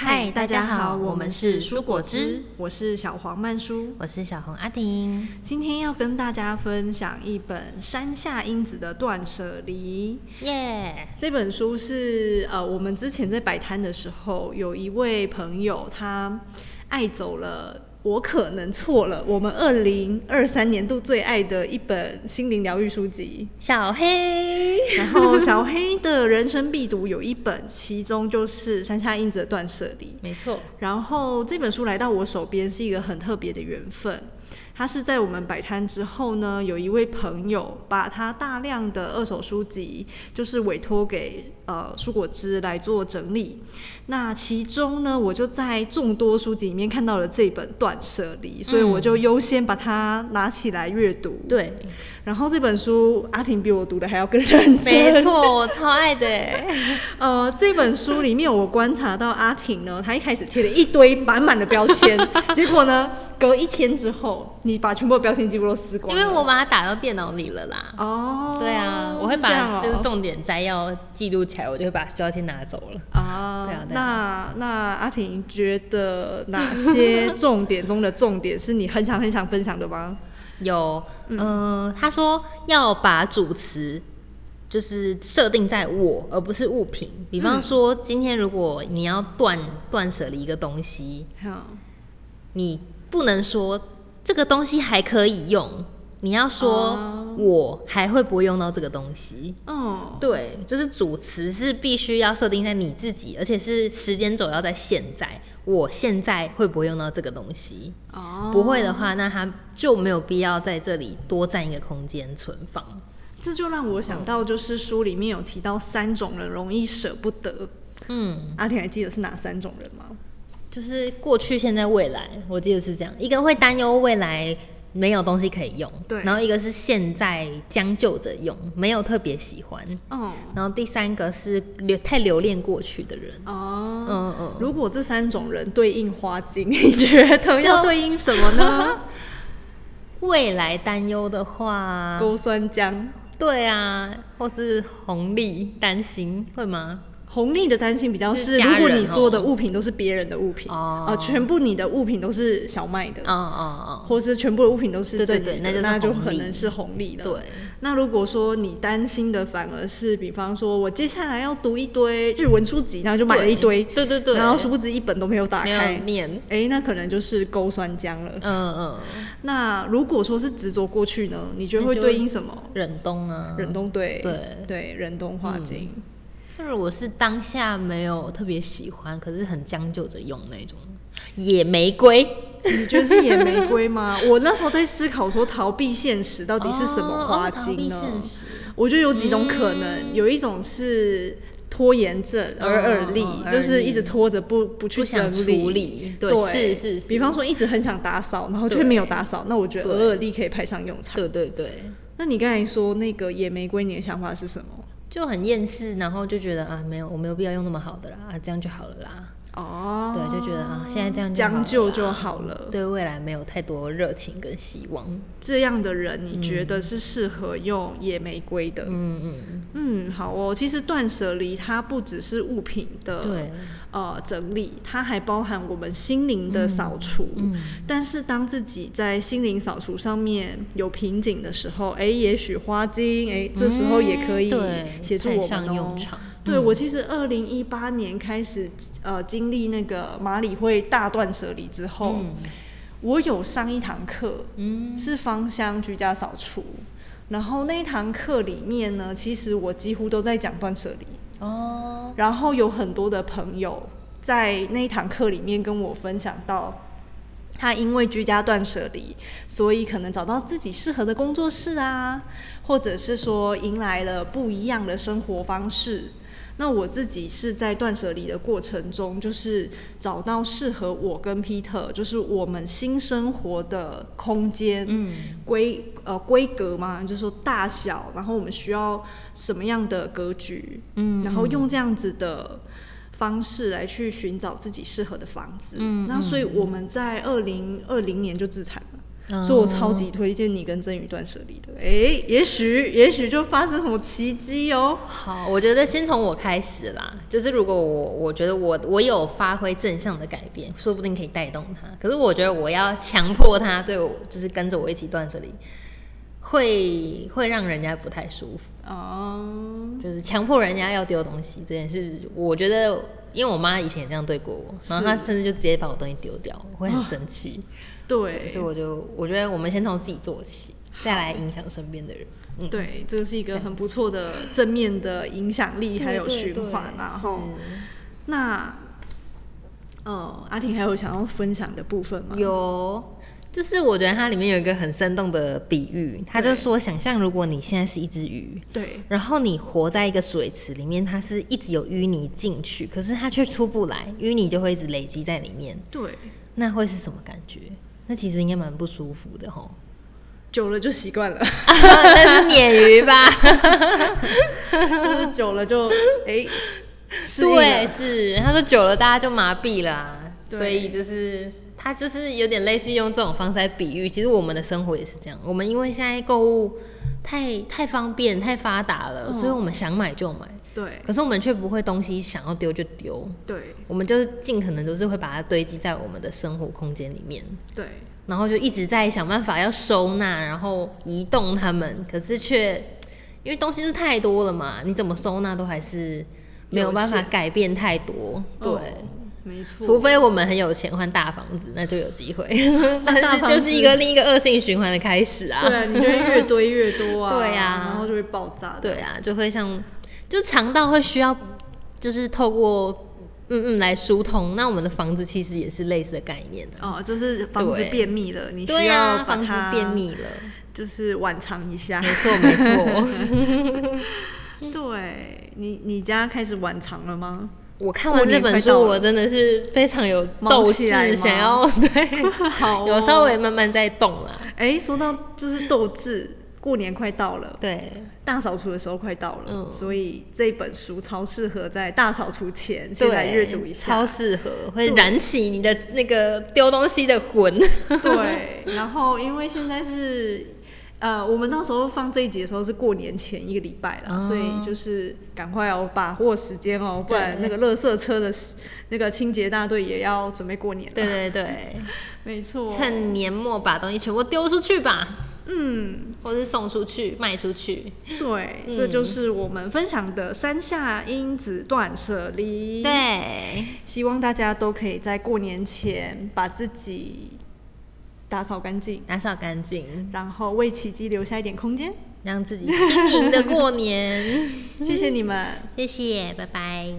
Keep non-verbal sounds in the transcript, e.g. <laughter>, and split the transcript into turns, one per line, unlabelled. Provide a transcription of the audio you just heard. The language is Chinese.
嗨，大家好，我们是蔬果汁，
我是小黄曼舒，
我是小红阿婷。
今天要跟大家分享一本山下英子的《断舍离》。
耶、
这本书是呃，我们之前在摆摊的时候，有一位朋友他爱走了。我可能错了，我们二零二三年度最爱的一本心灵疗愈书籍。
小黑，
然后小黑的人生必读有一本，其中就是山下英子的《断舍离》。
没错
然后这本书来到我手边是一个很特别的缘分，它是在我们摆摊之后呢，有一位朋友把他大量的二手书籍，就是委托给呃蔬果汁来做整理。那其中呢，我就在众多书籍里面看到了这本《断舍离》，所以我就优先把它拿起来阅读。
嗯对。
然后这本书阿婷比我读的还要更认真。
没错，我超爱
<laughs>
的耶。
呃，这本书里面我观察到阿婷呢，她一开始贴了一堆满满的标
<laughs>
签，结果呢，隔一天之后，你把全部的标签几乎都撕光
因
了。
为我把它打到电脑里了啦。
哦
对啊，我会
是这样
把
哦
就是重点摘要记录起来，我就会把标签拿走了。
啊，
对啊对
那那阿婷觉得哪些重点中的重点是你很想很想分享的吗？
有，
嗯
呃，他说要把主词就是设定在我，而不是物品。比方
嗯
说，今天如果你要断断舍离一个东西，
好，
你不能说这个东西还可以用，你要说
哦
我还会不会用到这个东西。
哦，
对，就是主词是必须要设定在你自己，而且是时间轴要在现在。我现在会不会用到这个东西？
哦，
不会的话，那它就没有必要在这里多占一个空间存放。
这就让我想到，就是书里面有提到三种人容易舍不得。
嗯，
阿婷还记得是哪三种人吗？
就是过去、现在、未来，我记得是这样。一个会担忧未来没有东西可以用，
对
然后一个是现在将就着用，没有特别喜欢。
哦
然后第三个是留太留恋过去的人，
哦，
嗯嗯
如果这三种人对应花精，你觉得要对应什么
<laughs>
呢？ <laughs>
未来担忧的话，
勾酸姜，
对啊，或是红利担心会
<laughs>
吗？
红利的担心比较
是
是，
家
如果
人
你说的
哦
物品都是别人的物品，
哦
呃全部你的物品都是小麦的，
哦哦哦，
或是全部的物品都是
对对
正
对
的，
那就是
那就
红
可
利
能是红利了。
对。
那如果说你担心的反而是，比方说我接下来要读一堆日文书籍，然后就买了一堆，
对对对对
然后殊不知一本都没有打
没有
开，
念
哎，那可能就是勾酸浆了。
嗯嗯，
那如果说是执着过去呢，你觉得会
那就
对应什么？
忍冬啊，
忍冬对
对。
对，忍冬花精。
那如果是当下没有特别喜欢，可是很将就着用那种野玫瑰，
你觉得是野玫瑰吗？我那时候在思考说，逃避现实到底是什么花精呢？
哦哦逃避现实
我觉得有几种可能，
嗯
有一种是拖延症、耳耳力，
哦
就是一直拖着不不去
不想
整
处理对
对，
是是是
比方说一直很想打扫，然后却
对
没有打扫，那我觉得
对
耳耳力可以派上用场。
对对对，
那你刚才说那个野玫瑰，你的想法是什么？
就很厌世，然后就觉得啊，没有我没有必要用那么好的啦，啊这样就好了啦。
哦，
对，就觉得啊，现在这样就好了
将
啦
就就好了。
对未来没有太多热情跟希望。
这样的人，你觉得是适合用野玫瑰的？
嗯嗯，
嗯，好哦。其实断舍离它不只是物品的
对
呃整理，它还包含我们心灵的扫除。
嗯嗯
但是当自己在心灵扫除上面有瓶颈的时候，哎，也许花精，哎，这时候也可以
嗯对
协助我
派上
们哦
用。场
对
嗯
我其实二零一八年开始呃经历那个马里会大断舍离之后。
嗯
我有上一堂课，
嗯
是芳香居家扫除。然后那一堂课里面呢，其实我几乎都在讲断舍离。
哦，
然后有很多的朋友在那一堂课里面跟我分享到，他因为居家断舍离，所以可能找到自己适合的工作室啊，或者是说迎来了不一样的生活方式。那我自己是在断舍离的过程中，就是找到适合我跟 Peter，就是我们新生活的空间，
嗯
规呃规格嘛，就是说大小，然后我们需要什么样的格局，
嗯
然后用这样子的方式来去寻找自己适合的房子。
嗯
那所以
嗯
我们在二零二零年就自产了。
哦
所以我超级推荐你跟真宇断舍离的。诶，也许也许就发生什么奇迹哦。
好，我觉得先从我开始啦，就是如果我我觉得我我有发挥正向的改变，说不定可以带动他。可是我觉得我要强迫他对我，就是跟着我一起断舍离，会会让人家不太舒服。
哦，
就是强迫人家要丢东西这件事，我觉得，因为我妈以前也这样对过我，然后她甚至就直接把我东西丢掉，我会很生气。
啊对，
所以我就我觉得我们先从自己做起，再来影响身边的人。嗯，
对，这是一个很不错的正面的影响力，还有
对
循
对
环
是
然后那，呃，阿婷还有想要分享的部分吗？，
有，就是我觉得它里面有一个很生动的比喻，他就
对
说，想象如果你现在是一只鱼，
对，
然后你活在一个水池里面，它是一直有淤泥进去，可是它却出不来，淤泥就会一直累积在里面。
对，
那会是什么感觉？那其实应该蛮不舒服的
<laughs>
吼。
久了就习惯了，
那是鲶鱼
<laughs>
吧？
就是久了就哎，适应
对，
了
是他说久了大家就麻痹了啊、所
对
以就是他就是有点类似用这种方式来比喻，其实我们的生活也是这样，我们因为现在购物太太方便、太发达了，
嗯
所以我们想买就买，
对
可是我们却不会东西想要丢就丢，
对
我们就是尽可能都是会把它堆积在我们的生活空间里面。
对
然后就一直在想办法要收纳，然后移动它们，可是却因为东西是太多了嘛，你怎么收纳都还是没有办法
有限
改变太多，对。
哦没错，
除非我们很有钱换大房子，那就有机会。
<laughs> 大
但是
房
就是一个
子
另一个恶性循环的开始啊。
对啊，你就会越堆越多啊，
<laughs> 对啊，
然后就会爆炸的，
对啊，就会像就肠道会需要，就是透过嗯嗯来疏通。那我们的房子其实也是类似的概念啊。
哦，就是房子
对
便秘了，你需
对啊
要把
房子
它
便秘了
就是晚尝一下。
没错没错。
<laughs>
<laughs>
对你，你家开始晚尝了吗？
我看完这本书，我真的是非常有斗
忙起来吗
志，想要对，
<laughs> 好哦
有稍微慢慢在动啊啦。
哎，说到就是斗志，过年快到了，，
对，
大扫除的时候快到了，
嗯
所以这本书超适合在大扫除前先来
对
阅读一下，
超适合，会
对
燃起你的那个丢东西的魂。 <laughs>
对，然后因为现在是，呃，我们到时候放这一集的时候是过年前一个礼拜啦，
哦
所以就是赶快哦，把握时间哦，不然
对
那个垃圾车的那个清洁大队也要准备过年了。
对对对，
<laughs> 没错。
趁年末把东西全部丢出去吧，
嗯，
或是送出去、卖出去。
对，
嗯
这就是我们分享的山下英子断舍离。。
对，
希望大家都可以在过年前把自己打扫干净，
打扫干净，
然后为奇迹留下一点空间。
让自己轻盈的过年。
谢谢你们。
谢谢，拜拜。